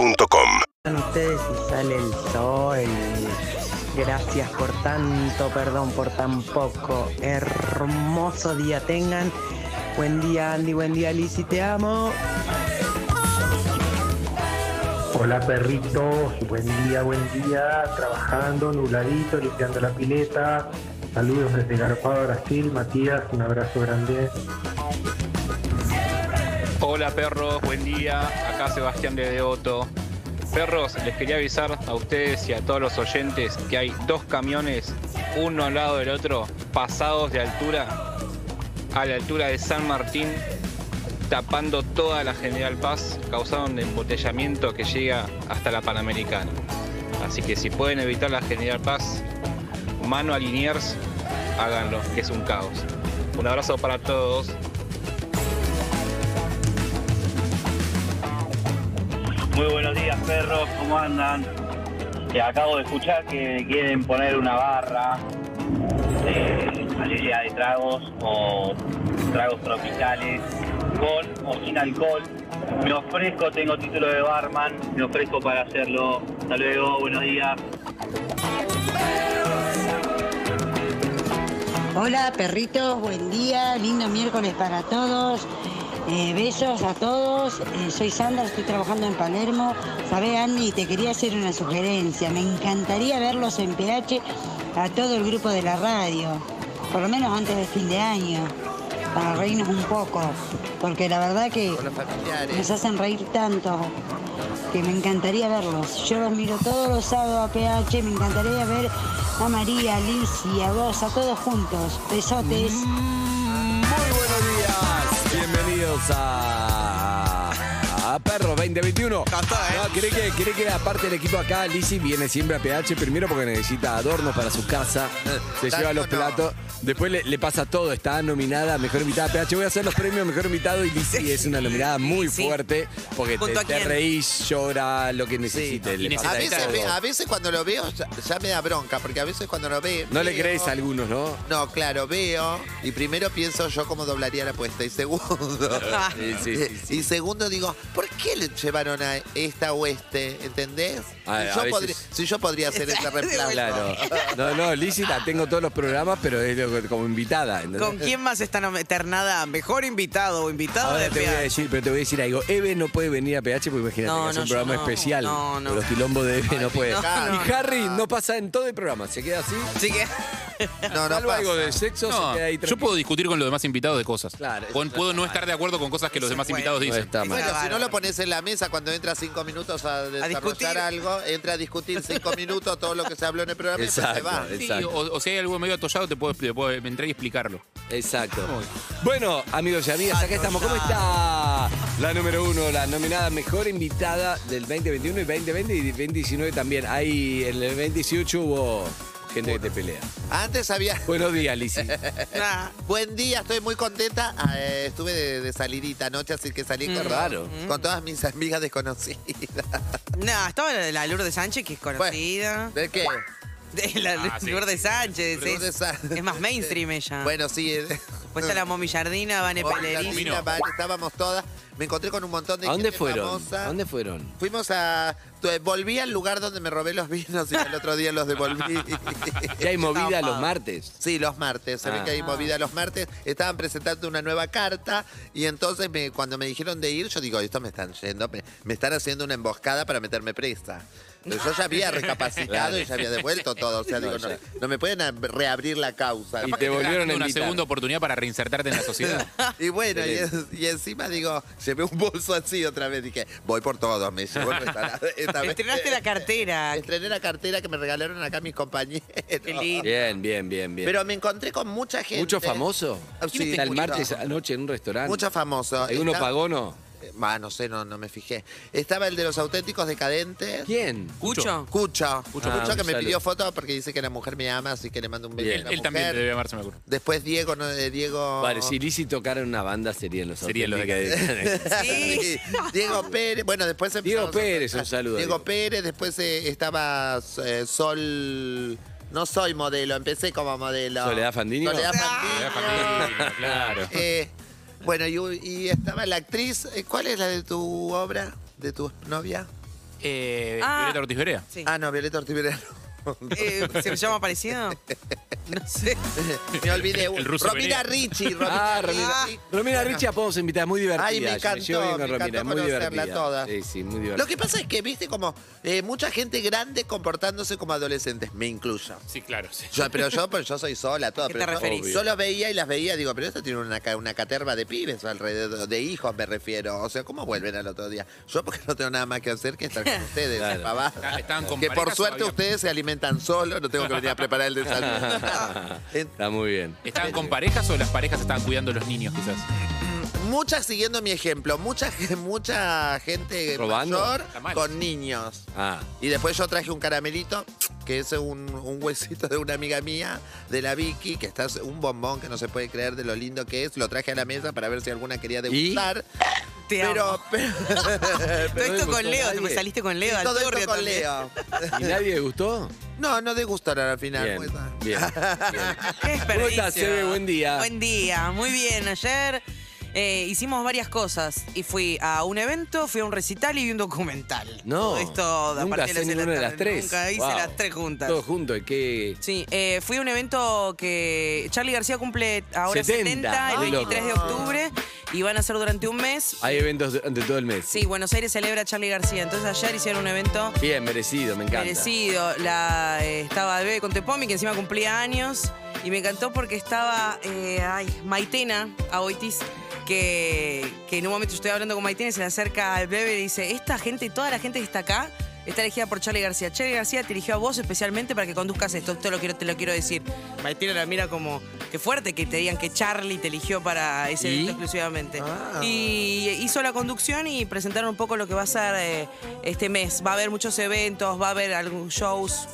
UrbanaPlayFM.com ustedes y sale el sol. Gracias por tanto, perdón por tan poco. Hermoso día tengan. Buen día Andy, buen día Lizzy, te amo. Hola perritos, buen día, buen día, trabajando, nubladito, limpiando la pileta. Saludos desde Garpado, Brasil, Matías, un abrazo grande. Hola perros, buen día. Acá Sebastián de Devoto. Perros, les quería avisar a ustedes y a todos los oyentes que hay dos camiones, uno al lado del otro, pasados de altura, a la altura de San Martín, tapando toda la General Paz, causando un embotellamiento que llega hasta la Panamericana. Así que si pueden evitar la General Paz, mano a Liniers, háganlo, que es un caos. Un abrazo para todos. Muy buenos días, perros, ¿cómo andan? Eh, acabo de escuchar que quieren poner una barra, eh, variedad de tragos o tragos tropicales, con o sin alcohol. Me ofrezco, tengo título de barman, me ofrezco para hacerlo. Hasta luego, buenos días. Hola perritos, buen día, lindo miércoles para todos. Eh, besos a todos, Eh, soy Sandra, estoy trabajando en Palermo. Sabé, Andy, te quería hacer una sugerencia. Me encantaría verlos en PH a todo el grupo de la radio, por lo menos antes de fin de año, para reírnos un poco, porque la verdad que nos hacen reír tanto que me encantaría verlos. Yo los miro todos los sábados a PH, me encantaría ver a María, a Lizzy, a vos, a todos juntos. Besotes. Muy buenos días, bienvenidos a, a Perro 2021. ¿eh? No, cree que, cree que aparte el equipo acá, Lizzy viene siempre a PH primero porque necesita adornos para su casa, Ah, se lleva los platos, después le, le pasa todo, está nominada a Mejor Invitada PH. Voy a hacer los premios Mejor Invitado y Lizzy es una nominada muy Sí. fuerte porque te, ¿Junto a te quién? reís, llora, lo que necesites. le A pasa veces, todo. me- a veces cuando lo veo ya, ya me da bronca, porque a veces cuando lo veo... No le veo- crees a algunos, ¿no? No, claro, veo y primero pienso yo cómo doblaría la apuesta y segundo... Sí, sí, sí, sí. Y segundo digo, ¿por qué le llevaron a esta o este? ¿Entendés? A- Si a yo, veces- podría, si yo podría hacer ese reemplazo. Claro. No, no, Lizzy la tengo todos los programas, pero es lo- como invitada. ¿entendés? ¿Con quién más está eternada? ¿Mejor invitado o invitado Ahora de te voy a PH? decir, pero te voy a decir algo. Eve no puede venir a PH porque imagínate No, que hace no, un yo programa no. especial. No, no. Pero Los quilombos de Eve no puede. no, y Harry no pasa en todo el programa, se queda así. Así que, No, no Salvo algo de pasa. sexo, No, se queda ahí yo tranquilo. puedo discutir con los demás invitados de cosas. Claro, eso Con- está puedo no mal. estar de acuerdo con cosas que los Eso demás fue. invitados No dicen. está mal. Bueno, si no bárbaro. lo pones en la mesa cuando entras cinco minutos a desarrollar discutir. algo, entra a discutir cinco minutos todo lo que se habló en el programa y después se va. Exacto, Sí, exacto. o, o si hay algo medio atollado, te puedo, te puedo entrar y explicarlo. Exacto. Muy. Bueno, amigos y amigas, acá estamos. ¿Cómo está la número uno, la nominada mejor invitada del 2021 y 2020 y 2019 también? Ahí en el 2018 hubo gente que te pelea. Antes había... Buenos días, Lizzy. nah, Buen día, estoy muy contenta. Ah, eh, estuve de, de salidita anoche, así que salí Mm. con, raro. con todas mis amigas desconocidas. nah, estaba la, la Lourdes Sánchez, que es conocida. ¿De qué? De la Ah, sí. Lourdes Sánchez. es- Lourdes Sá- es más Pues mainstream ella. Bueno, sí. eh. Después está la Momi Jardina, Vane Hola, Pellerín. Tina, Vino. Vale, estábamos todas. Me encontré con un montón de ¿A dónde gente fueron? famosa. ¿A dónde fueron? Fuimos a. tu- Volví al lugar donde me robé los vinos y el otro día los devolví. Ya hay movida Estaba. los martes. Sí, los martes. Se ve Ah. que hay movida los martes. Estaban presentando una nueva carta y entonces me- cuando me dijeron de ir, yo digo, esto me están yendo, me, me están haciendo una emboscada para meterme presa. Pero yo ya había recapacitado y ya había devuelto todo. O sea, digo, no, no me pueden ab- reabrir la causa. Y te volvieron a una invitar. segunda oportunidad para reinsertarte en la sociedad. Y bueno, y, en- y encima digo, llevé un bolso así otra vez. Dije, voy por todos, me llevo esta, esta vez. Estrenaste la cartera. Estrené la cartera que me regalaron acá mis compañeros. Qué lindo. Bien, bien, bien, bien. Pero me encontré con mucha gente. ¿Mucho famoso? Ah, sí, Está el mucho. martes anoche en un restaurante. Mucho famoso. ¿Alguno Está- pagó no? Eh, bah, no sé, no, no me fijé. Estaba el de los auténticos decadentes. ¿Quién? ¿Cucho? Cucho. Cucho, Ah, que me Gonzalo. pidió foto porque dice que la mujer me ama, así que le mando un beso. Bien. a la Él también mujer. debe llamarse, me acuerdo. Después Diego, no, eh, Diego. Vale, si Lizzy tocara una banda serían los Serían los Auténticos. Sí. Sí, Diego Pérez, bueno, después Diego empezamos a- Pérez, un saludo, Diego Diego. Pérez, después eh, estaba eh, Sol. No soy modelo, empecé como modelo. ¿Soledad Fandini? Soledad Ah. Fandini. Familia, claro. Eh, Bueno, y, y estaba la actriz. eh, ¿Cuál es la de tu obra? ¿De tu novia? Eh, Ah. Violeta Ortiz Berea. Sí. Ah, no, Violeta Ortiz Violeta. Eh, ¿Se me llama parecido? No sé. Me olvidé. El ruso venía. Romina Ricci. Romina Ah, Romina, Ricci. Romina Ricci a todos invitada, muy divertida. Ay, me Yo encantó, llevo bien con me Romina, encantó muy conocerla divertida. toda. Sí, sí, muy divertida. Lo que pasa es que, viste, como eh, mucha gente grande comportándose como adolescentes, me incluyo. Sí, claro. sí. Yo, pero yo, pues, yo soy sola, todo. ¿Qué pero te yo- referís? Yo los veía y las veía, digo, pero esto tiene una, ca- una caterva de pibes alrededor, de hijos me refiero. O sea, ¿cómo vuelven al otro día? Yo porque no tengo nada más que hacer que estar con ustedes, pavadas. Ah, estaban con Que por parejas suerte todavía. ustedes se alimentan solos, no tengo que venir a preparar el desayuno. En- Está muy bien. ¿Estaban con parejas o las parejas estaban cuidando a los niños, quizás? Muchas siguiendo mi ejemplo, mucha, ge- mucha gente ¿Robando? mayor Está mal. con niños. Ah, Y después yo traje un caramelito, que es un, un huesito de una amiga mía, de la Vicky, que está un bombón que no se puede creer de lo lindo que es. Lo traje a la mesa para ver si alguna quería degustar. Te Pero, amo. pero- Todo esto con Leo, nadie. te saliste con Leo al todo torre esto con también. Leo. ¿y nadie le gustó? No, no degustaron al final. Bien, pues, ah. bien, bien. Qué ¿Cómo estás, desperdicio. Sebe? Buen día. Buen día, muy bien. Ayer eh, hicimos varias cosas y fui a un evento, fui a un recital y vi un documental. No, Todo esto a nunca partir hacés las seis la ninguna de las tarde. tres. Nunca hice Wow. las tres juntas. Todo junto, ¿y qué? Sí, eh, fui a un evento que Charlie García cumple ahora 70, 70, el qué 23 de loco. octubre y van a ser durante un mes. Hay eventos durante todo el mes. Sí, Buenos Aires celebra a Charlie García, entonces ayer hicieron un evento Bien, merecido, me encanta. merecido. La, eh, estaba Bebe Contepomi, que encima cumplía años, y me encantó porque estaba eh, ay, Maitena Aboitis, que, que en un momento yo estoy hablando con Maitena y se le acerca al Bebe y le dice, esta gente, toda la gente que está acá, está elegida por Charlie García. Charlie García te eligió a vos especialmente para que conduzcas esto, te lo quiero, te lo quiero decir. Maitena la mira como, qué fuerte que te digan que Charlie te eligió para ese ¿Y? evento exclusivamente. Ah. Y hizo la conducción y presentaron un poco lo que va a ser eh, este mes. Va a haber muchos eventos, va a haber algunos shows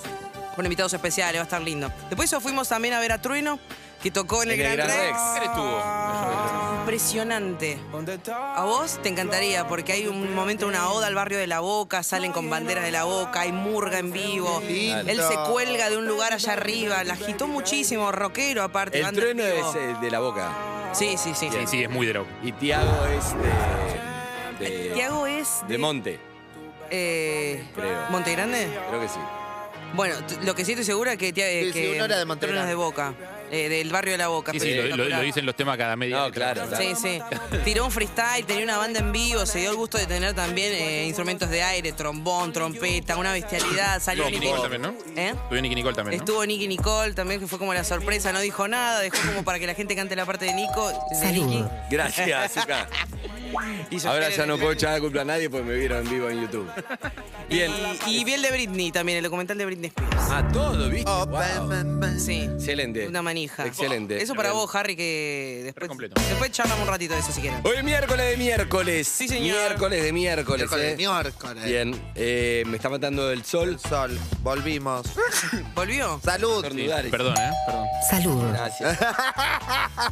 con invitados especiales, va a estar lindo. Después de eso fuimos también a ver a Trueno, que tocó en el, Gran, Rex. ¿Qué estuvo? Impresionante. A vos te encantaría porque hay un momento, una oda al barrio de La Boca, salen con banderas de La Boca, hay murga en vivo. Lindo. Él se cuelga de un lugar allá arriba, la agitó muchísimo, rockero aparte. El banda trueno en vivo. es eh, de la boca. Sí, sí, sí. Sí, sí. sí, es muy droga. Y Tiago es de. de Tiago es De Monte, Eh, Creo. ¿Monte Grande? creo que sí. Bueno, t- lo que sí estoy segura es que, tía, eh, Sí, sí, que uno era de Monte Trueno es de Boca, eh, del barrio de la Boca. Sí, sí, pero- lo, lo- lo dicen los temas cada media. No, claro, claro. Sí, sí. Tiró un freestyle, tenía una banda en vivo, se dio el gusto de tener también eh, instrumentos de aire, trombón, trompeta, una bestialidad. Salió Nicky Nicole. Nicole también, ¿no? ¿Eh? Estuvo Nicky Nicole también, ¿no? Estuvo Nicky Nicole también, que fue como la sorpresa, no dijo nada, dejó como para que la gente cante la parte de Nico. De Nicky. Gracias, Zucca. Y yo- Ahora ya no puedo echar la culpa a nadie porque me vieron en vivo en YouTube. Bien. Y, y vi el de Britney también, el documental de Britney Spears. A todo, ¿viste? Oh, Wow. man, man, man. Sí. Excelente. Una manija. Excelente. Eso para Bien. vos, Harry, que después, completo. después charlamos un ratito de eso si quieren. Hoy es miércoles de miércoles. Sí, señor. Miércoles de miércoles. Miércoles, eh. miércoles. Bien. Eh, me está matando el sol. El sol, volvimos. ¿Volvió? Salud. Por Sí, lugares. Perdón, ¿eh? Perdón. Gracias.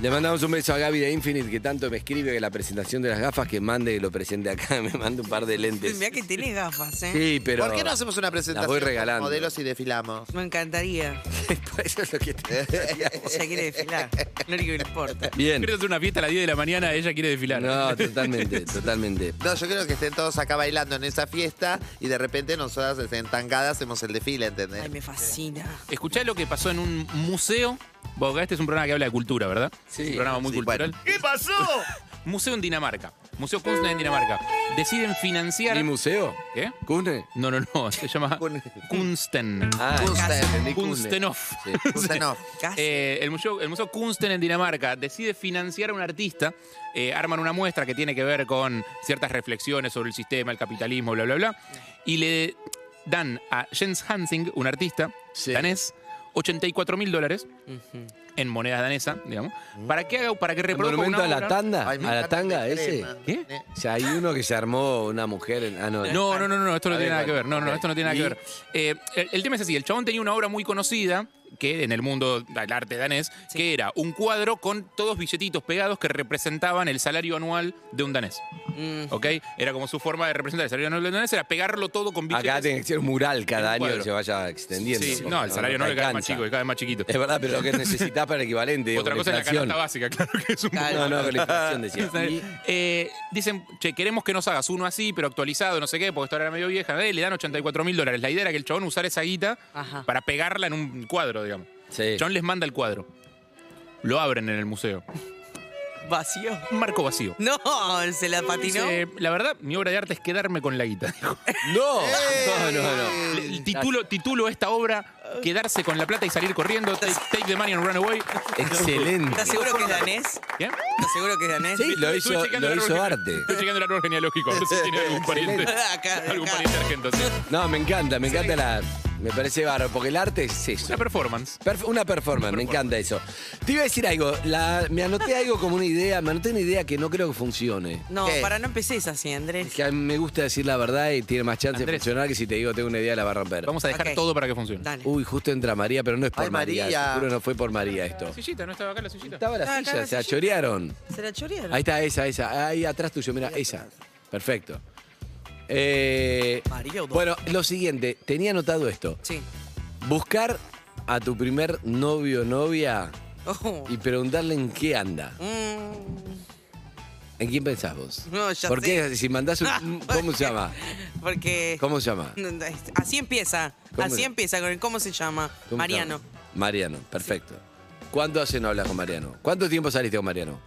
Le mandamos un beso a Gaby de Infinite que tanto me escribe que la presentación de las gafas que mande que lo presente acá. Me manda un par de lentes. Mirá que tenés gafas, ¿eh? Sí, pero. ¿Por qué no hacemos una presentación voy con regalando. modelos y desfilamos? Me encantaría. Eso es lo que te Ella quiere desfilar. No le importa. Bien. Quiero hacer una fiesta a las 10 de la mañana, ella quiere desfilar. No, totalmente, totalmente. No, yo creo que estén todos acá bailando en esa fiesta y de repente nosotras entangadas hacemos el desfile, ¿entendés? Ay, me fascina. Escuchá lo que pasó en un museo. Vos, acá este es un programa que habla de cultura, ¿verdad? Sí. Es Un programa muy Sí, cultural. bueno. ¿Qué pasó? museo en Dinamarca. Museo Kunstner en Dinamarca. Deciden financiar. ¿Mi museo? ¿Qué? ¿Cune? No, no, no. Se llama Kun- Kunsten. Ah, Kunsten. entendí Cune. Kunstenhof. Sí. Usted no. Casi. Eh, el, museo, el Museo Kunsten en Dinamarca decide financiar a un artista, eh, arman una muestra que tiene que ver con ciertas reflexiones sobre el sistema, el capitalismo, bla, bla, bla, y le dan a Jens Hansing, un artista Sí. danés, 84 mil dólares Ujú. en moneda danesa, digamos, para que haga, para que ¿El reproduzca monumento una a la obra- tanda? Ay, me ¿A la encanta tanga el ese? crema. ¿Qué? Eh, O sea, hay uno que se armó una mujer en... Ah, no. No, no, no, no, esto no A tiene ver, nada que ver. No, no, ok. esto no tiene nada ¿Y? que ver. Eh, el, el tema es así, el chabón tenía una obra muy conocida que en el mundo del arte danés, Sí. que era un cuadro con todos billetitos pegados que representaban el salario anual de un danés. Mm. ¿Ok? Era como su forma de representar el salario anual de un danés, era pegarlo todo con billetes. Acá tiene que ser un mural cada un año que cuadro. se vaya extendiendo. Sí, porque no, el salario no le cae más alcanza. chico, le cae más chiquito. Es verdad, pero lo que necesitas para el equivalente. digo, Otra con cosa es la inflación. canasta básica, claro que es un No, no, con la inflación decía. Y, eh, dicen, che, queremos que nos hagas uno así, pero actualizado, no sé qué, porque esto era medio vieja. Eh, le dan 84 mil dólares. La idea era que el chabón usara esa guita Ajá. para pegarla en un cuadro, digamos. Sí. El chabón les manda el cuadro. Lo abren en el museo. Vacío. Un marco vacío. No, se la patinó. Dice, la verdad, mi obra de arte es quedarme con la guita. dijo. No, ¡Eh! no, no, no. Le- el Titulo, titulo esta obra, quedarse con la plata y salir corriendo, take, take the money and run away. Excelente. ¿Estás seguro que es danés? ¿Bien? ¿Estás seguro que es danés? Sí, lo Estuve hizo, chequeando lo el árbol hizo gene- arte. Estoy llegando al árbol genealógico, a ver si tiene algún pariente. Acá, algún acá. pariente argento, sí. No, me encanta, me encanta la. Me parece bárbaro, porque el arte es eso. Una performance. Perf- una performance, me encanta eso. Te iba a decir algo, la- me anoté algo como una idea, me anoté una idea que no creo que funcione. No, ¿Qué? para no empecés así, Es Andrés. que a mí me gusta decir la verdad y tiene más chance de Andrés. funcionar que si te digo tengo una idea la va a romper. Vamos a dejar Ok. todo para que funcione. Dale. Uy, justo entra María, pero no es por Ay, María. María. Seguro no fue por María esto. La sillita, ¿no estaba acá la sillita? Estaba la Ah, acá silla, la se sillita. achorearon. ¿Se la chorearon? Ahí está esa, esa. Ahí atrás tuyo, mira, esa. Perfecto. Eh, María Odom. bueno, lo siguiente, tenía anotado esto. Sí. Buscar a tu primer novio o novia Oh. y preguntarle en qué anda. Mm. ¿En quién pensás vos? No, ya ¿Por sé. qué? Si mandás un... ¿Cómo se llama? Porque. ¿Cómo se llama? No, no, es- Así empieza. ¿Cómo Así era? empieza con el cómo se llama. ¿Cómo se Mariano. llama? Mariano, perfecto. ¿Cuánto hace no hablas con Mariano? ¿Cuánto tiempo saliste con Mariano?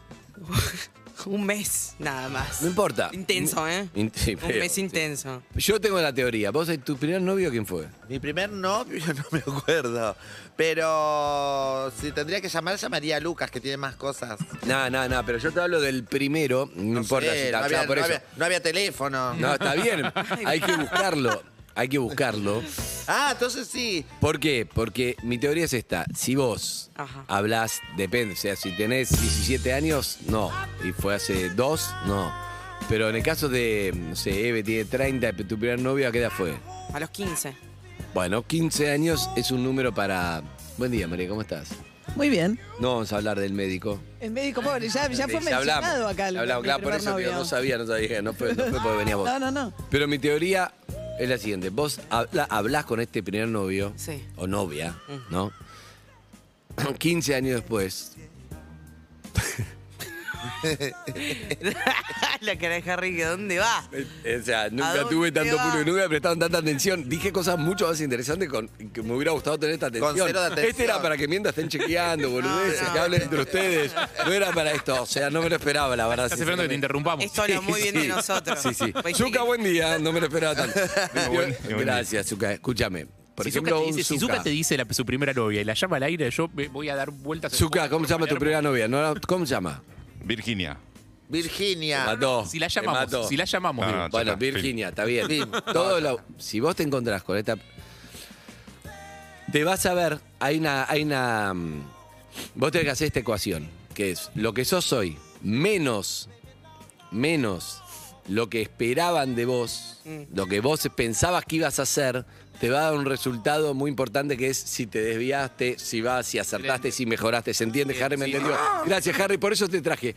Un mes nada más. No importa. Intenso, ¿eh? In- sí, Un pero- mes intenso. Yo tengo la teoría. ¿Vos, tu primer novio, quién fue? Mi primer novio, no me acuerdo. Pero si tendría que llamar, llamaría a Lucas, que tiene más cosas. No, no, no, pero yo te hablo del primero. No, importa sé, si no está había, claro, por no eso. había- no había teléfono. No, está bien. Hay que buscarlo. Hay que buscarlo. Ah, entonces sí. ¿Por qué? Porque mi teoría es esta. Si vos Ajá. hablas, depende. O sea, si tenés 17 años, no. Y fue hace dos, no. Pero en el caso de, no sé, Eve tiene 30, tu primer novio, ¿a qué edad fue? A los 15. Bueno, 15 años es un número para... Buen día, María, ¿cómo estás? Muy bien. No vamos a hablar del médico. El médico pobre, ya, ya fue Ya mencionado hablamos, acá. el- ya hablamos, mi claro, por primer eso digo, novio. no sabía, no sabía, no fue, no fue porque venía vos. No, no, no. Pero mi teoría es la siguiente. Vos habla- hablás con este primer novio Sí. o novia, ¿no? 15 años después. la cara de Harry, ¿de dónde va? Eh, O sea, ¿A nunca dónde tuve tanto va? público, nunca me prestaron tanta atención. Dije cosas mucho más interesantes con, que me hubiera gustado tener esta atención. cero de atención. Este era para que mientras estén chequeando, boludeces, no, que hablen no. entre ustedes. No era para esto, o sea, no me lo esperaba, la verdad. Estás esperando que te sinceramente. interrumpamos. Esto habla muy bien de nosotros. Sí, sí. Pues, Zuka, buen día. No me lo esperaba tanto. buen- buen día. Gracias, Zuka. Escúchame. Por si ejemplo, Zucca un te dice, si Zucca. Zucca te dice la- su primera novia y la llama al aire, yo me voy a dar vueltas. Zucca, ¿cómo se llama tu primera novia? No, ¿Cómo se llama? Virginia. Te Virginia. Mató. Si la Te llamamos, mató. si la llamamos. No, digo. no, Bueno, Ya está, fin. Virginia, está bien. Fin. Todo lo- si vos te encontrás con esta. Te vas a ver, hay una. Hay una mm, vos tenés que hacer esta ecuación, que es lo que sos hoy, menos, menos lo que esperaban de vos, lo que vos pensabas que ibas a hacer, te va a dar un resultado muy importante que es si te desviaste, si vas, si acertaste, si mejoraste. ¿Se entiende, Harry? ¿Me sí. entendió? Ah. Gracias, Harry, por eso te traje.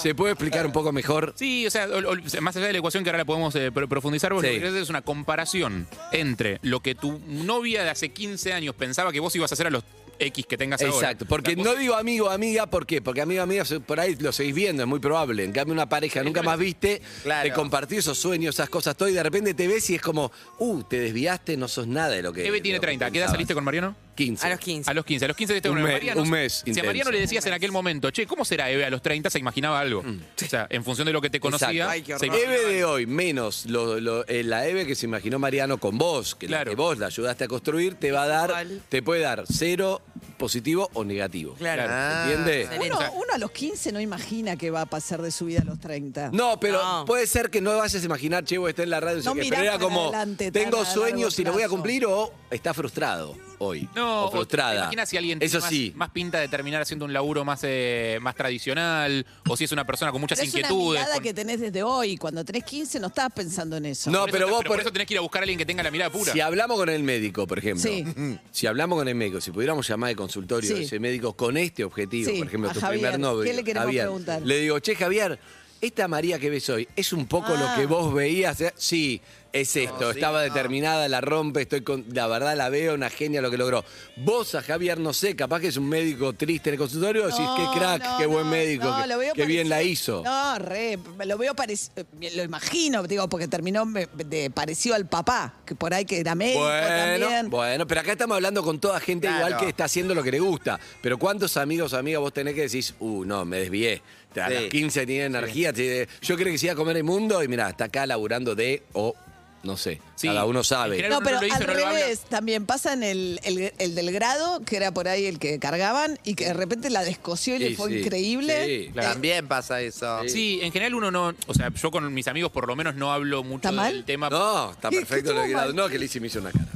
¿Se puede explicar un poco mejor? Sí, o sea, ol- ol- más allá de la ecuación que ahora la podemos eh, pro- profundizar, vos Sí. lo que querés hacer es una comparación entre lo que tu novia de hace 15 años pensaba que vos ibas a hacer a los X que tengas ahora. Exacto, porque La no digo amigo, amiga, ¿por qué? Porque amigo, amiga, se- por ahí lo seguís viendo, es muy probable. En cambio, una pareja nunca más viste, Claro. te compartí esos sueños, esas cosas, todo, y de repente te ves y es como, uh, te desviaste, no sos nada de lo que. Eve tiene lo que 30. ¿A qué edad pensabas. saliste con Mariano? 15. A los 15. A los 15. A los 15 de este Un bueno, mes- Mariano, un mes Si a Mariano intenso. le decías en aquel momento, che, ¿cómo será Eve a los 30? Se imaginaba algo. Mm. O sea, en función de lo que te conocía. Exacto. Ay, qué horror. se imaginaba Eve de hoy, menos lo- lo- eh, la Eve que se imaginó Mariano con vos, que Claro. la que vos la ayudaste a construir, te va a dar, Igual. te puede dar cero positivo o negativo. Claro. Ah. ¿Entiendes? Excelente. Uno, uno a los 15 no imagina que va a pasar de su vida a los 30. No, pero No. puede ser que no vayas a imaginar, che, vos estás en la radio, no No sé qué, mirás pero era para como, adelante tan tengo a largo sueños y lo voy a plazo. cumplir o está frustrado. O hoy. No, o frustrada. Imagina si alguien Eso tiene más, sí. más pinta de terminar haciendo un laburo más, eh, más tradicional, o si es una persona con muchas Pero es una inquietudes. mirada con- que tenés desde hoy. Cuando tenés 15 no estás pensando en eso. No, Por eso pero te- vos por por- eso tenés que ir a buscar a alguien que tenga la mirada pura. Si hablamos con el médico, por ejemplo, Sí. si hablamos con el médico, si pudiéramos llamar de consultorio Sí. a ese médico con este objetivo, Sí, por ejemplo, a tu Javier. primer novio, ¿Qué le queremos Javier, preguntar? le digo, che, Javier, esta María que ves hoy, ¿es un poco Ah. lo que vos veías? Eh, Sí, es esto, sí, estaba no. determinada, la rompe, estoy con, la verdad la veo, una genia lo que logró. Vos a Javier, no sé, capaz que es un médico triste en el consultorio, decís, No, qué crack, no, qué buen no, médico, no, que- lo veo qué bien la parecido- hizo. No, re, lo veo parecido, lo imagino, digo, porque terminó me- de parecido al papá, que por ahí que era médico Bueno, también. bueno, pero acá estamos hablando con toda gente Claro. igual que está haciendo lo que le gusta. Pero ¿cuántos amigos o amigas vos tenés que decís, uh, no, me desvié? A Sí. las 15 tiene energía, tiene- yo creo que se iba a comer el mundo y mirá, está acá laburando de, o no sé, Sí. cada uno En sabe. general- No, uno pero no lo hizo, al no lo habla. revés, también pasa en el, el- el del grado, que era por ahí el que cargaban, y que de repente la descoció y le Sí, fue sí, increíble. sí, claro. También pasa eso. Sí, en general uno no. O sea, yo con mis amigos por lo menos no hablo mucho ¿Está mal? del tema. No, está ¿Qué- qué perfecto lo tuvo que grado. mal? Ah. No, que Lizzy me hizo una cara.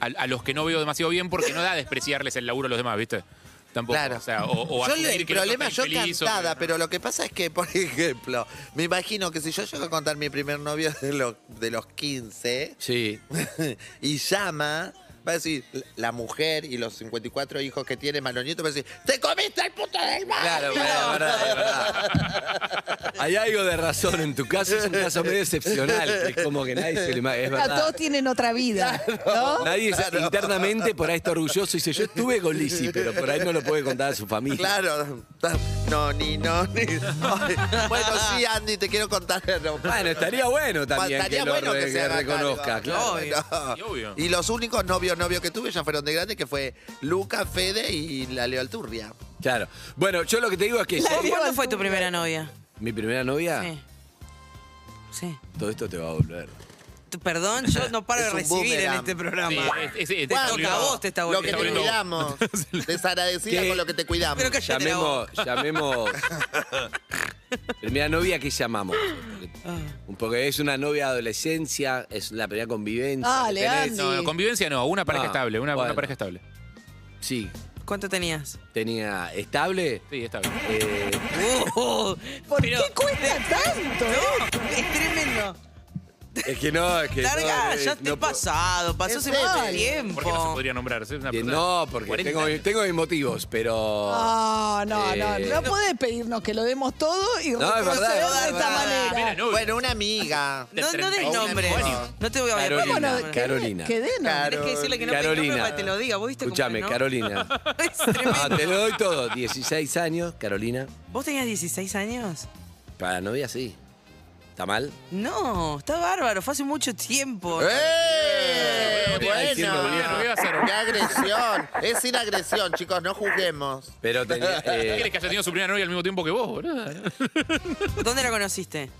A, a los que no veo demasiado bien porque no da a despreciarles el laburo a los demás, ¿viste? Tampoco. Claro. O sea, o, o yo asumir el que el otro problema, yo está infeliz, o- cantada, no. pero lo que pasa es que, por ejemplo, me imagino que si yo llego a contar mi primer novio de, lo- de los 15 Sí. y llama, va a decir la mujer y los 54 hijos que tiene, más los nietos, va a decir, ¡te comiste el puto del mar! Claro, bueno, es verdad, es verdad. Hay algo de razón en tu caso, es un caso medio excepcional. Es como que nadie se le ima- es Claro, verdad. todos tienen otra vida, ¿no? Nadie es- internamente por ahí está orgulloso y dice, yo estuve con Lizzy, pero por ahí no lo puede contar a su familia. Claro, no, ni, no, ni. Ay, Bueno, sí, Andy, te quiero contar. no, Bueno, estaría bueno también Estaría que lo bueno re- que se que haga reconozca. cargo. claro. Obvio, No. sí, obvio. Y los únicos novios novios que tuve ya fueron de grande, que fue Luca, Fede y la Leo Alturria. Claro. Bueno, yo lo que te digo es que ¿Cu- ¿Cuándo fue tu primera novia? mi primera novia, Sí. Sí. todo esto te va a volver. Tú- Perdón, yo no paro Es de un recibir en boomerang. este Sí, programa. es- es- es- Te está toca a obligado. vos, te está Lo que te volviendo. cuidamos. Desagradecida ¿Qué? con lo que te cuidamos. Pero que- Cállate la Llamemos, llamemos. primera novia que llamamos. Ah. Un poco es una novia de adolescencia, es la primera convivencia. Ah, que Leandro. tenés. No, no, convivencia no, una pareja Ah, estable, una, una bueno. pareja estable. Sí, ¿Cuánto tenías? tenía estable. Sí, estable. eh, Uh, ¿Por pero- qué cuesta tanto? eh? No, es tremendo. es que no, es que no, Larga, eh, ya estoy no po- pasado, pasó hace mucho ¿Por qué no se tiempo. podría nombrar? Es una Que persona- no, porque 40 tengo, años. tengo mis motivos, pero. Ah, No, no, no, Eh, no podés pedirnos que lo demos todo y No, retroceder es verdad, es de esta verdad. manera. Mira, no, Bueno, una amiga. No, no de des 35 nombres. años. No te voy a Carolina. pedir Bueno, nombres. que Carolina. dé- que dé, ¿no? Claro. Tenés que decirle que no pedí nombre Carolina. para que te lo diga. ¿Vos viste cómo Escúchame, es, no? Carolina. Es Ah, tremendo. te lo doy todo. 16 años, Carolina. ¿Vos tenías 16 años? Para novia, sí. ¿Está mal? No, está bárbaro, fue hace mucho tiempo. ¡Eh! Ay, sí, Bueno, me volví a- me voy a hacer. qué agresión. Es sin agresión, chicos, no juzguemos. Pero tenía. ¿Qué eh, querés que haya tenido su primera novia al mismo tiempo que vos, boludo? ¿Dónde la conociste?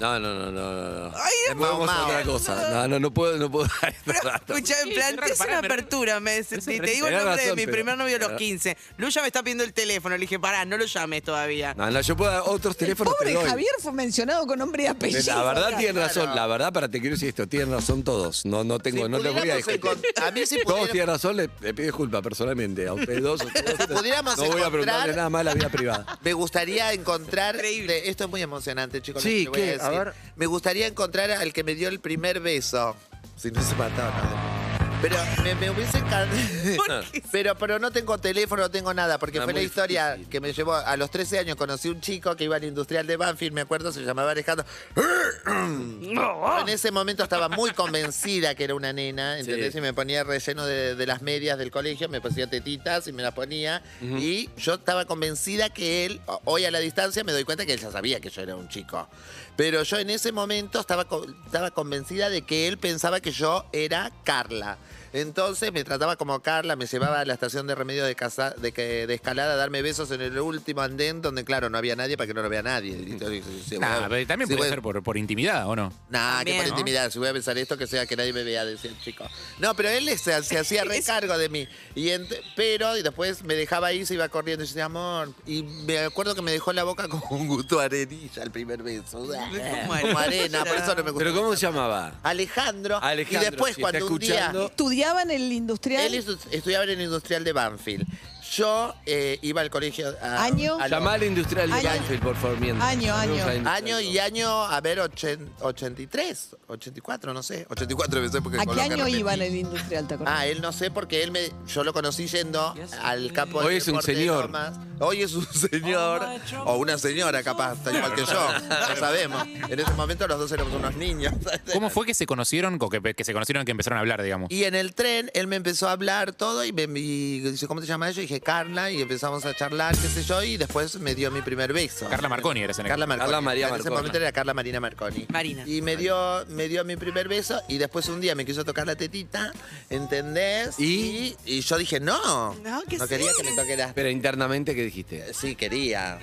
no, no, no, no, no. no. Ay, Después vamos a mamá. otra cosa. No, no, no puedo, no puedo dar este dato. Escuchame, Sí, planteas pará, una me re- apertura. Me, des- Eso te, re- digo el tenés nombre de razón, mi pero- primer novio a los pero- 15. Luya me está pidiendo el teléfono. Le dije, pará, no lo llames todavía. No, no, yo puedo dar otros teléfonos te Pobre doy. Javier fue mencionado con nombre y apellido. La verdad tienen claro. razón, la verdad para te quiero decir esto, tienen razón todos. No, no tengo, Si no te voy a pudiéramos discutir. encont- a mí si Todos pudiera- tienen razón, le, le pido disculpa personalmente. A ustedes dos, a ustedes dos. no pudiéramos voy a encontrar- preguntarle nada más a la vida privada. Me gustaría encontrar. Increíble. de- esto es muy emocionante, chicos. Sí, lo ¿qué? que te voy a, decir. A ver. Me gustaría encontrar al que me dio el primer beso. Si no se mató, no. Pero me, me hubiese encantado. Pero, pero no tengo teléfono, no tengo nada, porque Ah, fue la muy historia difícil. que me llevó. A los 13 años conocí un chico que iba al industrial de Banfield, me acuerdo, se llamaba Alejandro. Yo En ese momento estaba muy convencida que era una nena, ¿entendés? Sí. Y me ponía relleno de, de las medias del colegio, me ponía tetitas y me las ponía. Y yo estaba convencida que él, o- hoy a la distancia me doy cuenta que él ya sabía que yo era un chico. Pero yo en ese momento estaba, co- estaba convencida de que él pensaba que yo era Carla. Entonces me trataba como Carla, me llevaba a la estación de remedio de, casa, de, que- de escalada a darme besos en el último andén, donde claro, no había nadie para que no lo vea nadie. Y- y- y- y- Ah, Nah, pero también si puede voy- ser por, por intimidad, ¿o no? Nah, También, que por ¿no? intimidad, si voy a pensar esto, que sea que nadie me vea, decía el chico. No, pero él se, se hacía recargo de mí. Y ent- pero y después me dejaba ahí, se iba corriendo y yo decía, amor. Y me acuerdo que me dejó en la boca con un gusto a arenilla el primer beso. Como arena, por eso no me gustó. Pero ¿cómo se llamaba? Alejandro. Alejandro, y después si cuando está un día escuchando- estudiaba en el industrial. Él estu- estudiaba en el industrial de Banfield. Yo eh, iba al colegio. a- Año. a los- Llamá al industrial de Año. Banfield, por favor, mientras. Año, año. Saludos al industrial. Año y año, a ver, ochen- 83, 84, no sé. 84 empecé porque ¿A con qué lo que año repetí. iba en el industrial, te acordás? Ah, él no sé porque él me, yo lo conocí yendo al capo de Hoy es un señor. Hoy es un señor o una señora capaz, está igual que yo. No sabemos. En ese momento los dos éramos unos niños. ¿Cómo fue que se conocieron, o que, que se conocieron que empezaron a hablar, digamos? Y en el tren él me empezó a hablar todo y me y dice, ¿cómo te llamas? Yo dije, Carla, y empezamos a charlar, qué sé yo, y después me dio mi primer beso. Carla Marconi eres en el- Carla Marconi. Carla María en Marconi. ese momento era Carla Marina Marconi. Marina. Y me dio, me dio mi primer beso y después un día me quiso tocar la tetita, ¿entendés? ¿Y? Y, y yo dije, no, No, ¿qué quería sí? que me toque las... Pero internamente, ¿qué dijiste? Sí, quería.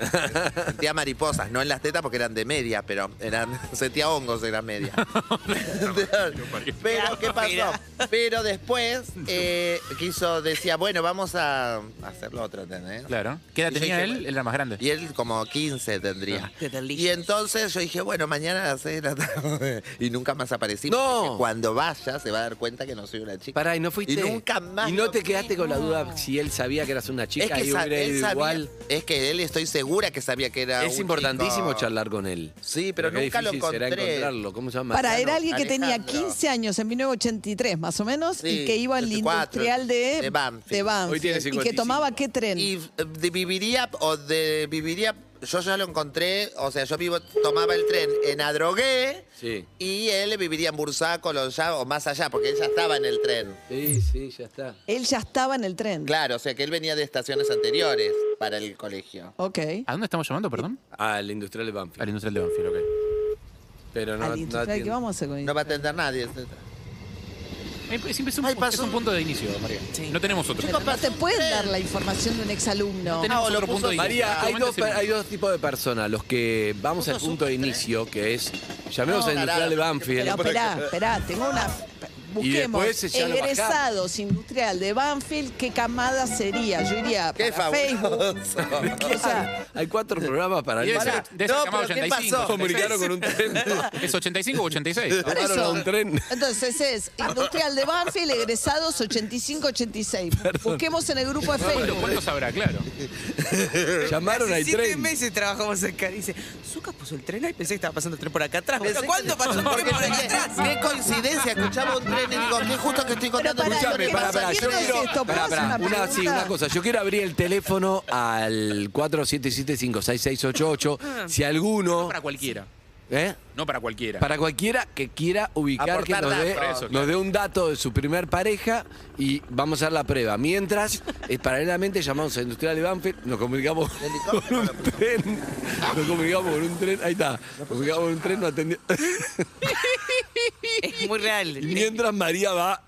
Sentía mariposas, no en las tetas porque eran de media, pero eran, sentía hongos en las medias. pero, ¿qué pasó? Pero después eh, quiso, decía, bueno, vamos a hacerlo otro, ¿entendés? Claro. ¿Qué edad Y yo tenía dije, él? bueno. Él era más grande. Y él como 15 Ah. tendría. Qué delicious. Y entonces yo dije, bueno, mañana a las 6 de la tarde. Y nunca más aparecí. No. porque Cuando vaya se va a dar cuenta que no soy una chica. Pará, y no fuiste. Y nunca más Y no lo te fui. quedaste con la duda si él sabía que eras una chica Es que, y sa- hubiera él ido sabía- igual. es que él estoy segura que sabía que era un Es chico. importantísimo charlar con él. Sí, pero Porque nunca lo difícil será encontré. encontrarlo. ¿Cómo se llama? Para, Mariano, era alguien que tenía Alejandro. 15 años en 1983, más o menos, Sí, y que iba al 84, industrial de, de Banfield. Hoy tiene Y que 55. tomaba qué tren. Y eh, de- viviría, o de viviría, yo ya lo encontré, o sea, yo vivo, tomaba el tren en Adrogué Sí. y él viviría en Bursaco, Longchamp, o más allá, porque él ya estaba en el tren. Sí, sí, ya está. Él ya estaba en el tren. Claro, o sea que él venía de estaciones anteriores para el colegio. Ok. ¿A dónde estamos llamando, perdón? Ah, Al industrial de Al Banfield. industrial de Banfield, ok. Pero no, Al no industrial, atiende. ¿Qué vamos a hacer con No va a atender nadie. Eh, Siempre es un, Ay, pu- pasó. es un punto de inicio, María. Sí. No tenemos otro. Pero no te pueden dar la información de un exalumno. Tenemos Ah, o otro lo puso- punto de inicio. María, hay Solamente dos, sirve. hay dos tipos de personas. Los que vamos al punto de inicio, que es, llamemos No, al industrial de tarado. Pero Banfield. esperá, esperá, tengo una. Busquemos después ya lo bajamos. egresados industrial de Banfield, ¿qué camada sería? Yo iría Qué para Facebook. fabuloso. O sea, Hay cuatro programas para Y ir. debe ser, debe ser No, camada pero ¿qué 85. pasó? Comunicaron con un tren. ¿Es 85 o 86? por Llamaron eso. a un tren. Entonces es industrial de Banfield, egresados 85-86. Busquemos en el grupo de ¿Cuánto, Facebook. cuánto sabrá? Claro. Llamaron Hace al siete tren. meses trabajamos acá. Dice, Zucca puso el tren ahí, pensé que estaba pasando el tren por acá atrás. Pensé que- ¿Cuándo pasó el Porque tren por yo acá dije, atrás? qué coincidencia, escuchaba un tren y digo, qué justo que estoy contando. pará, esto, ¿qué Escuchame, pasa? ¿qué pará, pasó? pará. ¿Qué Yo no es quiero. esto? ¿Puedo pará, hacer una pará, Una, sí, pregunta? una cosa. Yo quiero abrir el teléfono al 4777-5688. Si alguno. Ah. Para cualquiera. ¿eh? No para cualquiera. Para cualquiera que quiera ubicar, que Aportar nos dé, datos. Por eso, claro. nos dé un dato de su primer pareja y vamos a dar la prueba. Mientras, eh, paralelamente llamamos a Industrial de Banfield, nos comunicamos con un tren. Nos comunicamos con un tren. Ahí está. Nos comunicamos con un tren, no atendió. Es muy real. Y Mientras María va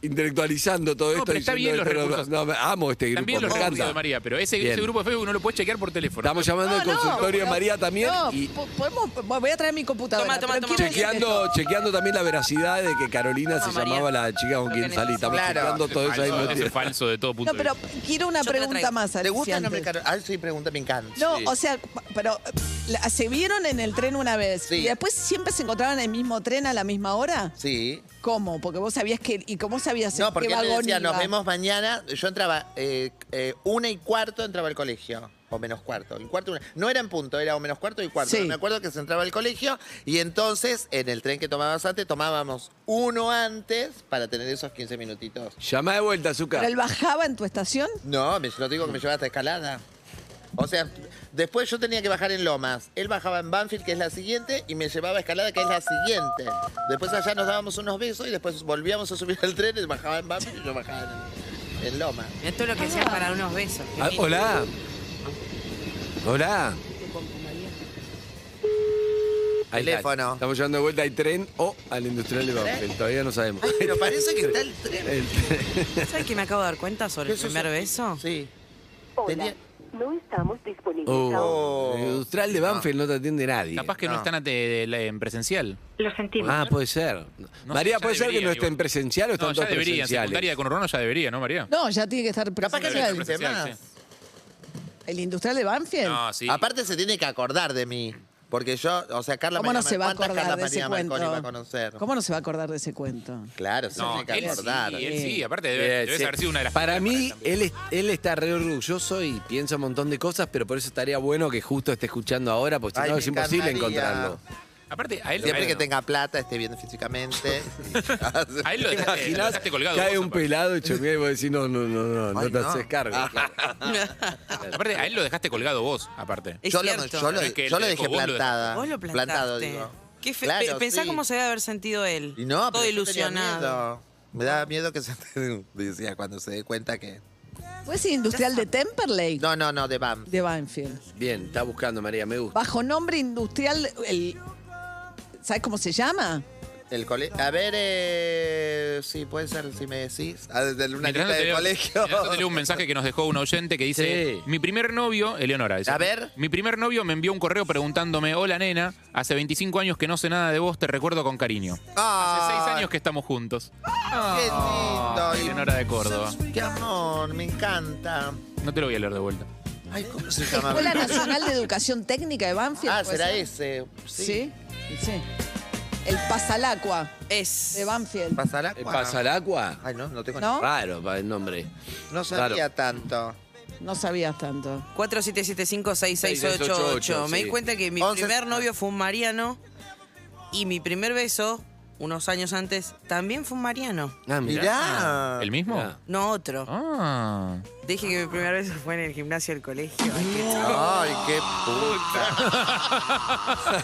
intelectualizando todo esto. pero está diciendo bien los esto, no, recursos. no, amo este grupo, También me los recursos de encanta. María, pero ese, Bien. ese grupo de Facebook no lo puedes chequear por teléfono. Estamos llamando No, al no, consultorio de pero- María también No, y po- podemos, voy a traer mi computadora. Toma, toma, pero toma. quiero decir esto. chequeando, chequeando también la veracidad de que Carolina se María. llamaba la chica con Lo quien que salí. Estamos Claro. chequeando todo eso ahí Falso, ese metido. es falso de todo punto No, pero de quiero una Yo te la pregunta traigo. más. ¿Te gusta el Alicia, nombre antes. Carol? Ay, sí, pregunta, me encanta. No, Sí. o sea, pero eh, la- se vieron en el tren una vez Sí. y después siempre se encontraban en el mismo tren a la misma hora. Sí. ¿Cómo? Porque vos sabías que y cómo sabías No, en qué porque él me vagón decía, nos iba. vemos mañana. Yo entraba, eh, eh, una y cuarto entraba al colegio. O menos cuarto. El cuarto una- No era en punto, era o menos cuarto y cuarto. Sí. Me acuerdo que se entraba al colegio y entonces en el tren que tomábamos antes, tomábamos uno antes para tener esos 15 minutitos. Llamá de vuelta, Azúcar. Pero él bajaba en tu estación. No, me, no digo que me llevaba hasta escalada. O sea, después yo tenía que bajar en Lomas. Él bajaba en Banfield, que es la siguiente, y me llevaba a Escalada, que es la siguiente. Después allá nos dábamos unos besos y después volvíamos a subir al tren, él bajaba en Banfield y yo bajaba en, en Lomas. Mirá todo lo que sea para unos besos. Ah, hola. Hola. Ahí está. Teléfono. Estamos llevando de vuelta al tren o al industrial de Banfield. Todavía no sabemos. Ay, pero parece que está el tren. El tren. ¿Sabes qué me acabo de dar cuenta sobre el Eso es- primer beso? Sí. Tenía- No estamos disponibles. Oh, Oh. El industrial de Banfield no te atiende nadie. Capaz que no, No. están ante- de- la- en presencial. Lo sentimos. Ah, puede ser. No María, sé, ya ¿puede ser que debería, no estén digo. presencial o están No, ya todos debería. En secundaria presenciales? con Urrano ya debería, ¿no, María? No, ya tiene que estar Capaz que Debería sea presencial. ser el presencial, tema. sí. ¿El industrial de Banfield? No, sí. Aparte se tiene que acordar de mí. Porque yo, o sea, Carla ¿Cómo María no se va a Mar- ¿cuántas acordar Carla de ese María Marconi cuento? va a conocer? ¿Cómo no se va a acordar de ese cuento? Claro, se No, tiene que él sí, acordar. él sí, Sí. aparte debe, Bien, debes Eh, sí. haber sido una de las Para primeras mí, también. él, es- él está re orgulloso y piensa un montón de cosas, pero por eso estaría bueno que justo esté escuchando ahora, porque si Ay, no me es imposible encantaría. encontrarlo. Aparte, a él, a Siempre él- que tenga plata, esté bien físicamente. a él lo dejaste, lo ¿Te imaginas? dejaste colgado. Cae vos, un aparte. pelado y chomea y vos decís, no, no, no, no, no Ay, te no. Ah. haces cargo. Aparte, a él lo dejaste colgado vos, aparte. Es yo, lo, cierto. yo lo- No es que él yo te lo dejó, dejé vos lo plantada. Ah, Vos lo plantaste. Plantado, digo. Qué fe- Claro, pe- pensá sí. cómo se debe haber sentido él. Y no, Todo pero yo tenía ilusionado. miedo. Me daba miedo que se decía cuando se dé cuenta que. ¿Fue ese industrial de Temperley? No, no, no, de BAM. De Banfield. Bien, está buscando, María, me gusta. Bajo nombre industrial, el, ¿sabes cómo se llama? El cole- A ver, eh, sí, puede ser, si me decís. Ah, desde una Mientras lista no te del leo- colegio. mientras no te leo un mensaje que nos dejó un oyente que dice: Sí. Mi primer novio, Eleonora. dice, A ver. Mi primer novio me envió un correo preguntándome: Hola, nena, hace 25 años que no sé nada de vos, te recuerdo con cariño. Hace 6 Ah, años que estamos juntos. Ah, Qué lindo. Eleonora de Córdoba. Y- Qué amor, me encanta. No te lo voy a leer de vuelta. Ay, ¿cómo se llama? Escuela Nacional de Educación Técnica de Banfield. Ah, Pues ¿puede será ser? ese. Sí. Sí. sí. El Pasalacua Es. de Banfield. ¿Pasa el Eh, agua? ¿Pasa el agua? Ay, no, no tengo ¿No? Raro para el nombre. ni- No sabía tanto. No sabías tanto. 4775-6688. Me sí. di cuenta que mi Once- primer novio fue un mariano y mi primer beso, unos años antes, también fue un mariano. Ah, mirá. Mirá. ¿El mismo? Mirá. No otro. Ah. Dije que mi primer beso fue en el gimnasio del colegio. Ay, qué Ay,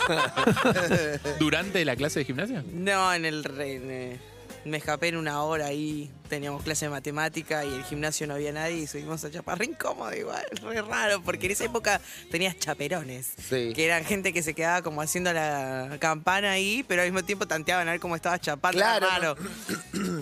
qué puta. ¿Durante la clase de gimnasia? No, en el re- en, eh, me escapé en una hora ahí, teníamos clase de matemática y el gimnasio no había nadie y subimos a Chaparrín incómodo igual, re raro, porque en esa época tenías chaperones, Sí. que eran gente que se quedaba como haciendo la campana ahí, pero al mismo tiempo tanteaban a ver cómo estabas chapando, era Claro, raro.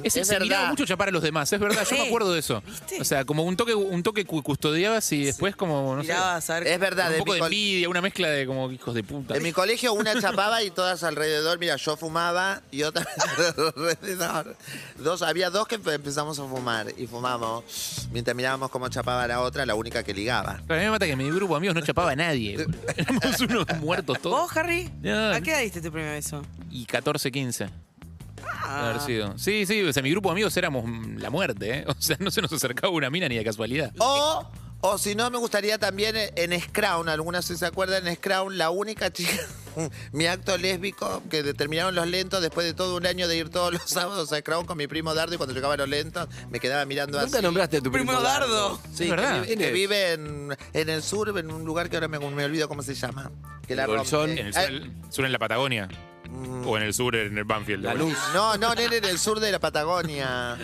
Es, Es se miraba verdad. mucho chapar a los demás, es verdad, yo me Sí. acuerdo de eso. ¿Viste? O sea, como un toque, un toque cu- custodiabas y después como, no sé, Mirabas a ver Es verdad, un de poco mi de col- envidia, una mezcla de como hijos de puta. En mi colegio una chapaba y todas alrededor. Mira, yo fumaba y otra alrededor. Dos, había dos que empezamos a fumar y fumamos. Mientras mirábamos cómo chapaba la otra, la única que ligaba. Pero a mí me mata que mi grupo de amigos no chapaba a nadie. boludo. Éramos unos muertos todos. ¿Vos, Harry? No. ¿A qué edad diste tu primer beso? Ah, Y 14, 15. de haber sido. Sí, sí, o sea, mi grupo de amigos éramos mm, la muerte, ¿eh? O sea, no se nos acercaba una mina ni de casualidad. O, o si no, me gustaría también eh, en Scrown, algunas si se acuerdan, en Scrown, la única chica, mi acto lésbico, que determinaron los lentos después de todo un año de ir todos los sábados a Scrown con mi primo Dardo y cuando llegaba a los lentos me quedaba mirando así. Nunca nombraste a tu Primo primo, Dardo. Sí, Es verdad. que que vive- vive en, en el sur, en un lugar que ahora me, me olvido cómo se llama. Que la El Bolsón, rompe. En el sur, Eh, sur en la Patagonia. O en el sur, en el Banfield. La boludo. luz. No, no, nene, en el sur de la Patagonia.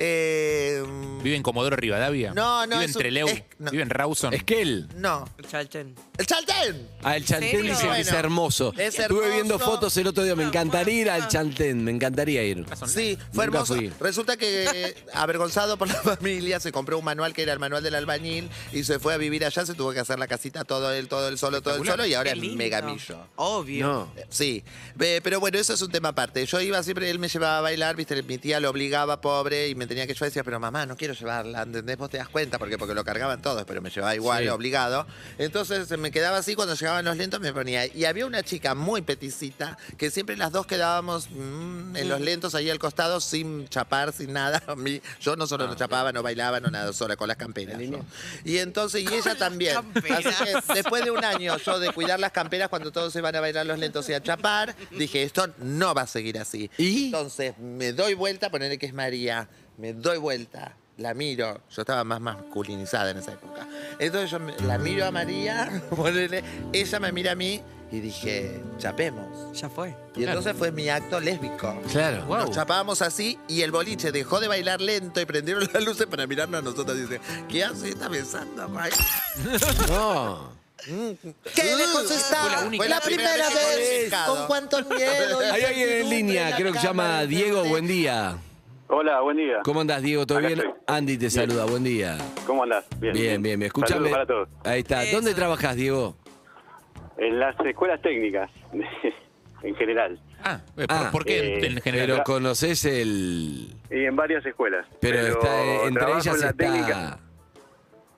Eh, Vive en Comodoro Rivadavia. No, no, Vive en es un- Trelew. es- no. Vive en Rawson. Esquel. no. Chalchen. ¡El Chaltén! Al Ah, Chantén serio? dicen que es Bueno, hermoso. es Estuve hermoso. viendo fotos el otro día. Me encantaría ir al Chantén. Me encantaría ir. Sí, fue Nunca hermoso. fui. Resulta que, eh, avergonzado por la familia, se compró un manual que era el manual del albañil y se fue a vivir allá. Se tuvo que hacer la casita todo él, todo el solo, todo el Espectacular. solo y ahora Qué es lindo. megamillo. Obvio. No. Sí, Ve, pero bueno, eso es un tema aparte. Yo iba siempre, él me llevaba a bailar, viste, mi tía lo obligaba, pobre, y me tenía que yo decía, pero mamá, no quiero llevarla, ¿entendés? Vos te das cuenta, porque, porque lo cargaban todos, pero me llevaba igual, Sí. obligado. Entonces se me quedaba así, cuando llegaban los lentos me ponía. Y había una chica muy peticita, que siempre las dos quedábamos mm, en los lentos ahí al costado, sin chapar, sin nada. A mí- Yo no solo no chapaba, no bailaba, no nada, sola, con las camperas. yo. Y entonces, y ella también. Así camperas. que Después de un año yo de cuidar las camperas cuando todos se van a bailar los lentos y a chapar, dije, esto no va a seguir así. ¿Y? Entonces me doy vuelta, ponerle que es María, me doy vuelta, la miro. Yo estaba más masculinizada en esa época. Entonces yo me- la miro a María, ponele, ella me mira a mí y dije, chapemos. Ya fue. Y entonces fue mi acto lésbico. Claro. Nos chapábamos así y el boliche dejó de bailar lento y prendieron las luces para mirarnos a nosotros. Dice, ¿qué hace? ¿Está besando? Mike?" No. ¡Qué lejos está! Fue la, primera vez. ¿Con cuánto miedo? Hay alguien en línea, creo que se llama Diego. Buen día. Hola, buen día. ¿Cómo andás, Diego? ¿Todo Acá bien? estoy. Andy te saluda. Buen día. ¿Cómo andás? Bien, Bien, bien, bien. Escúchame. Saludos para todos. Ahí está. Eso. ¿Dónde trabajas, Diego? En las escuelas técnicas, en general, Ah, eh, ¿por, Ah. por qué en- Eh, en general? Pero conoces el. y en varias escuelas. eh, Pero, está, entre trabajo ellas en la está. técnica.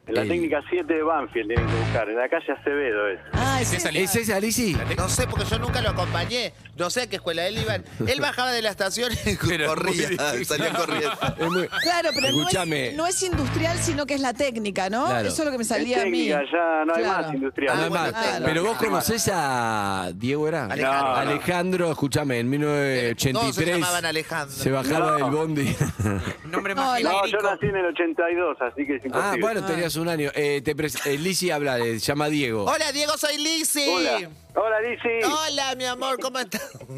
En la El- técnica 7 de Banfield tienen que buscar, en la calle Acevedo es. Ah, ¿Es esa, ¿Es Lizzy? esa, Lizzy? No sé, porque yo nunca lo acompañé. No sé a qué escuela él iba. Él bajaba de la estación Pero y es muy corría. difícil. Salía corriendo. Es muy- Claro, pero no Escúchame. es, no es industrial, sino que es la técnica, ¿no? Claro. Eso es lo que me En salía a mí. técnica ya no hay Claro. más industrial. Ah, más. Ah, bueno, claro. Pero vos Claro. conocés a Diego era Alejandro. Alejandro, escúchame, en Todos se 1983 llamaban Alejandro. se bajaba No. del bondi. Nombre No, más No, yo genérico. nací en el 82, así que es imposible. ah, bueno, tenías un año. Eh, te pres- eh, Lizzy habla, eh, se llama Diego. Hola, Diego, soy Lizzy. Hola. Hola, Lizzy. Hola, mi amor, ¿cómo estás?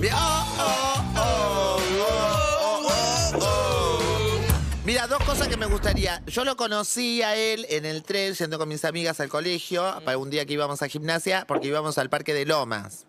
Bien. Oh, oh, oh, oh, oh, oh. Mira, dos cosas que me gustaría. Yo lo conocí a él en el tren, yendo con mis amigas al colegio, para un día que íbamos a gimnasia, porque íbamos al Parque de Lomas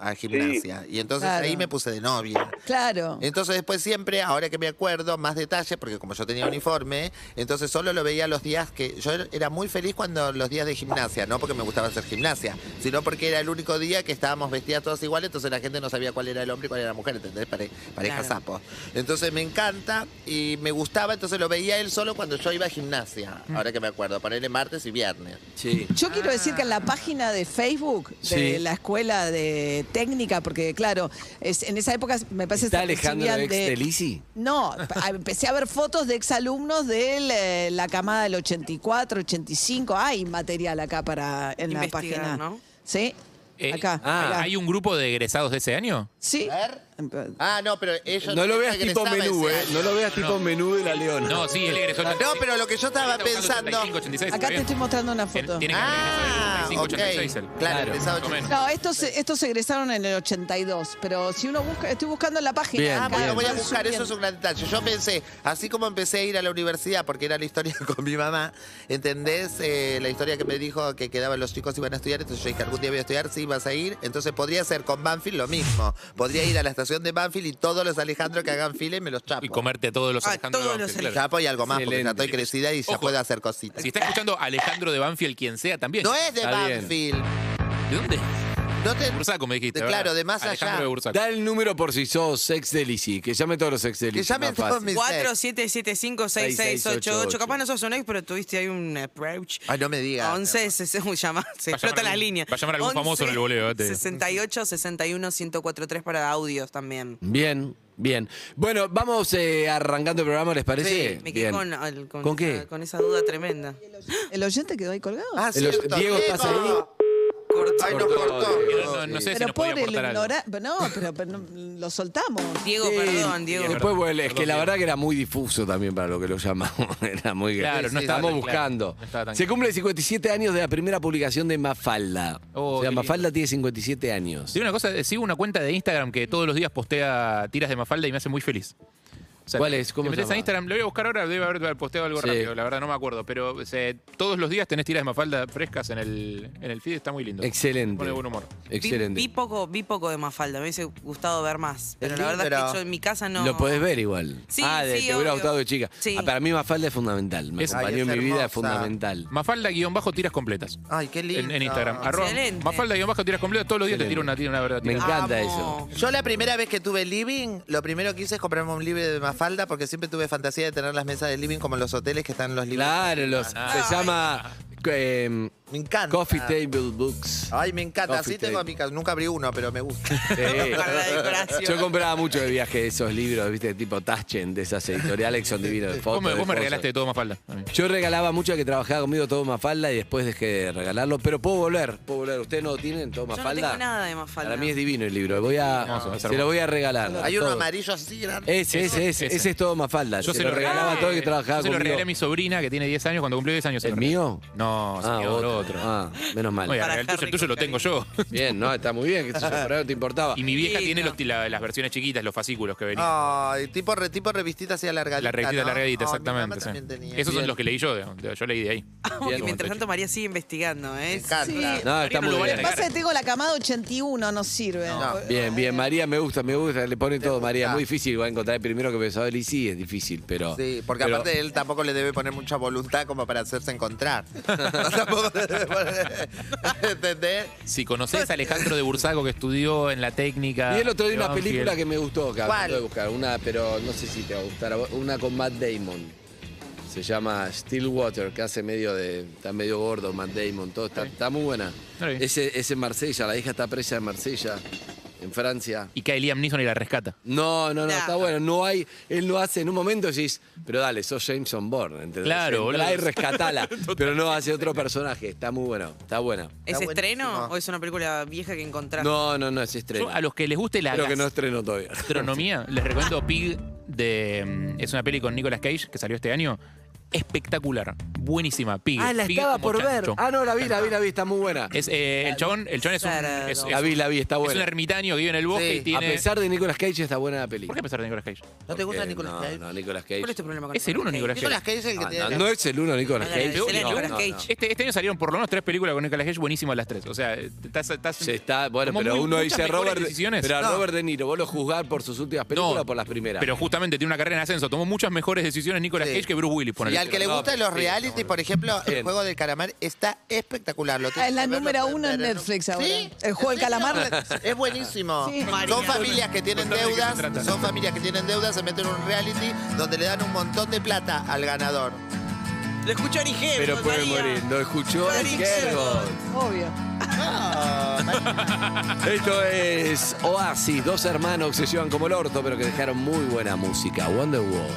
a gimnasia. Y entonces Claro. ahí me puse de novia. Claro. Entonces después siempre, ahora que me acuerdo, más detalles, porque como yo tenía uniforme, entonces solo lo veía los días que yo era muy feliz cuando los días de gimnasia, no porque me gustaba hacer gimnasia, sino porque era el único día que estábamos vestidas todas iguales, entonces la gente no sabía cuál era el hombre y cuál era la mujer, ¿entendés? Pare- pareja Claro. sapo. Entonces me encanta y me gustaba, entonces lo veía él solo cuando yo iba a gimnasia, ahora que me acuerdo, ponerle martes y viernes. Sí. Yo quiero decir que en la página de Facebook de Sí. la escuela de técnica, porque claro, es, en esa época me parece ¿Está que Alejandro recibían ex de Lizzy? No, pa- empecé a ver fotos de exalumnos de el, eh, la camada del 84, 85. Hay material acá para en la Investigar, página. ¿no? Sí, Eh, acá. ah, acá. ¿Hay un grupo de egresados de ese año? Sí. A ver. Ah, no, pero ellos... No lo veas tipo egresaba menú, ese eh. año. No lo veas No, no. tipo menú de la leona. No, sí, él egresó. en No, pero lo que yo estaba Está buscando pensando... 85, 86, Acá está te bien. estoy mostrando una foto. eh. Tiene que Ah, haber egresado en 85, 86 él. ok. Claro, egresado más o menos. No, estos, estos egresaron en el 82, pero si uno busca, estoy buscando en la página. Bien, Ah, acá, bueno, bien. voy a van buscar, eso subiendo. es un gran detalle. Yo pensé, así como empecé a ir a la universidad, porque era la historia con mi mamá, ¿entendés? Eh, la historia que me dijo que quedaban los chicos iban a estudiar, entonces yo dije, algún día voy a estudiar, sí, vas a ir. Entonces podría ser con Banfield lo mismo. Podría ir a la estación de Banfield y todos los Alejandro que hagan fila y me los chapo. Y comerte a todos los Ah, Alejandro todos de los Banfield, claro. Chapo y algo más, porque ya Excelente. estoy crecida y ya Ojo. puedo hacer cositas. Si está escuchando Alejandro de Banfield, quien sea, también. No es de Está bien. Banfield. ¿De dónde? No te... De Bursaco, me dijiste. De- ¿verdad? claro, de más Alejandro allá. de Bursaco. Da el número por si sos ex de Lizzy. Que llamen todos los ex de Que Lizzy. llamen más todos fácil. mis- 4755-6688. Capaz no sos un ex, pero tuviste ahí un approach. Ay, no me digas. A 11, se, se, uy, llama- se Va a llamar explotan las algún- líneas. va a llamar algún 11, famoso en el voleo, eh, te digo. 68, 61, 1043 para audios también. Bien, bien. Bueno, vamos eh, arrancando el programa, ¿les parece? Me quedé Bien. con, al- con, ¿Con esa, qué? con esa duda tremenda. ¿El oyente quedó ahí colgado? Ah, El- cierto, Diego, ¿estás ahí? Corta. Ay, nos cortó. No, no, no sé si pero nos podía pobre, el aportar algo. ignora- No, pero, pero no- lo soltamos. Diego, Sí. perdón, Diego. Bien. Después, bueno, es que la Perdón, verdad que era muy difuso también para lo que lo llamamos. Era muy Claro, grande. no estaba Estamos tan claro. buscando. No estaba tan Se claro. cumple 57 años de la primera publicación de Mafalda. Oh, o sea, qué lindo. Mafalda tiene 57 años. Sí, una cosa, eh, sigo una cuenta de Instagram que todos los días postea tiras de Mafalda y me hace muy feliz. O ¿Cuál es? ¿Cómo te metes se llama? a Instagram, lo voy a buscar ahora, debe haber posteado algo Sí. rápido, la verdad no me acuerdo, pero o sea, todos los días tenés tiras de Mafalda frescas en el, en el feed, está muy lindo. Excelente. Pone buen humor. Excelente. Vi, vi poco, vi poco de Mafalda, me hubiese gustado ver más. Pero Es la verdad es lindo. que yo en mi casa no. Lo podés ver igual. Sí, ah, de, sí, te hubiera obvio. gustado de chica. Sí. Ah, para mí Mafalda es fundamental. Me Es- acompañó Ay, es en mi vida, es hermosa. fundamental. Mafalda guión bajo tiras completas. Ay, qué lindo. En, en Instagram. Arroba Excelente. Mafalda guión bajo tiras completas, todos los días te tiro una, tira, una verdad. Me tira. encanta Amo. eso. Yo la primera vez que tuve living, lo primero que hice es comprarme un living de Mafalda porque siempre tuve fantasía de tener las mesas de living como en los hoteles que están en los living. Claro, los- Ah. se llama eh, Me encanta. Coffee Table Books. Ay, me encanta. Coffee Así tengo table. mi casa. Nunca abrí uno, pero me gusta. Sí. Para la decoración. Yo compraba mucho de viaje esos libros, viste, tipo Taschen, de esas editoriales que son divinos de fotos. Vos me, de vos me cosas. regalaste de todo Mafalda. a mí. Yo regalaba mucho a que trabajaba conmigo todo Mafalda y después dejé de regalarlo, pero puedo volver, puedo volver. ¿Ustedes no lo tienen todo Yo Mafalda? no tengo nada de Mafalda. Para mí es divino el libro, voy a, Hermoso, es se hermoso. lo voy a regalar. Hay uno Todo. amarillo así grande. Ese, ese, ese, Ese. ese es todo Mafalda. Yo se, lo regalaba a todo el que trabajaba yo se lo conmigo. regalé a mi sobrina que tiene 10 años, cuando cumplió 10 años. se ¿El lo regalé. mío? No, Ah, señor, otro. otro. Ah, menos mal. Oye, Para el tuyo, Harry el tuyo lo tengo yo. Bien, no, está muy bien, que se no te importaba. Y mi vieja Lindo. tiene los- la- las versiones chiquitas, los fascículos que venían. Ay, tipo, re- tipo revistita así alargadita. la revista ¿no? largadita, Ay, mi mamá exactamente. sí. también tenía. Esos Bien. son los que leí yo, de- yo leí de ahí. Vamos, que Bien. mientras tanto María sigue investigando, Me ¿eh? encanta. Sí. No, está Mariano muy lo vale bien. Lo que pasa es que tengo la camada 81, no sirve. No. Bien, bien, María, me gusta, me gusta, le pone todo, gusta. María. Muy difícil, va a encontrar el primero que pensaba él y sí, es difícil, pero. Sí, porque pero- aparte él tampoco le debe poner mucha voluntad como para hacerse encontrar. tampoco le debe poner. ¿Entendés? Si conoces a Alejandro de Bursaco que estudió en la técnica. Y el otro día de una película que Banfield. me gustó, que ¿Cuál? acabo de buscar, una, pero no sé si te va a gustar, a vos, una con Matt Damon. Se llama Stillwater, que hace medio de. Está medio gordo, Matt Damon, todo. Está, está muy buena. No la vi. Ese, ese en Marsella, la hija está presa en Marsella, en Francia. Y cae Liam Neeson y la rescata. No, no, no, Nah. está bueno. No hay, él lo hace en un momento decís, pero dale, sos Jameson Bourne, ¿entendés? Claro, Entrá y boludo. rescatala, pero no hace otro personaje. Está muy bueno, está buena. ¿Es Está estreno buenísimo. o es una película vieja que encontraste? No, no, no, es estreno. Yo, a los que les guste la Creo que no estrenó todavía. gastronomía, les recomiendo Pig de. mm, Es una peli con Nicolas Cage que salió este año. Espectacular. Buenísima. Pig. Ah, la Pig estaba como por ver. chancho. Ah, no, la vi, la vi, la vi, está muy buena. Es, eh, el chabón, el chabón es un. Claro. es- es la vi, la vi, está un- es buena. un ermitaño que vive en el bosque Sí, y tiene. A pesar de Nicolas Cage, está buena la ¿Por qué película. a pesar de Nicolas Cage? ¿No te gusta Porque Nicolas No, Cage? no, Nicolas Cage. ¿Cuál es tu problema con Es el uno, Nicolas Cage. Nicolas Ah, Cage es el que Ah, tiene... no, no es el uno Nicolas Agradecele a Cage. No, Nicolas no, Cage. no. Este, este año salieron por lo menos tres películas con Nicolas Cage buenísimas las tres. O sea, estás. estás- Se está, bueno, tomó pero muy- uno muchas dice mejores Robert, decisiones. pero a No. Robert De Niro, vos lo juzgás por sus últimas películas No, o por las primeras. Pero justamente tiene una carrera en ascenso. Tomó muchas mejores decisiones Nicolas Sí. Cage que Bruce Willis. Y ponele. al que le No, gustan los sí, reality, no, no. por ejemplo, Bien. el juego del calamar está espectacular. Lo tienen Ah, Es la que ver, lo número pueden uno en ver Netflix ahora. ¿Sí? El juego del ¿En serio? calamar. Es buenísimo. Sí. Son familias que tienen Contame de qué se trata. deudas, son familias que tienen deudas, se meten en un reality donde le dan un montón de plata al ganador. Lo escuchó Origel. Pero no puede sabía. morir, lo escuchó Claro, el claro. Kerbo. Obvio. Ah, Esto es Oasis, dos hermanos que se llevan como el orto, pero que dejaron muy buena música. Wonderwall.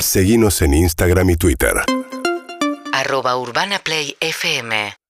Seguinos en Instagram y Twitter. Arroba Urbana Play FM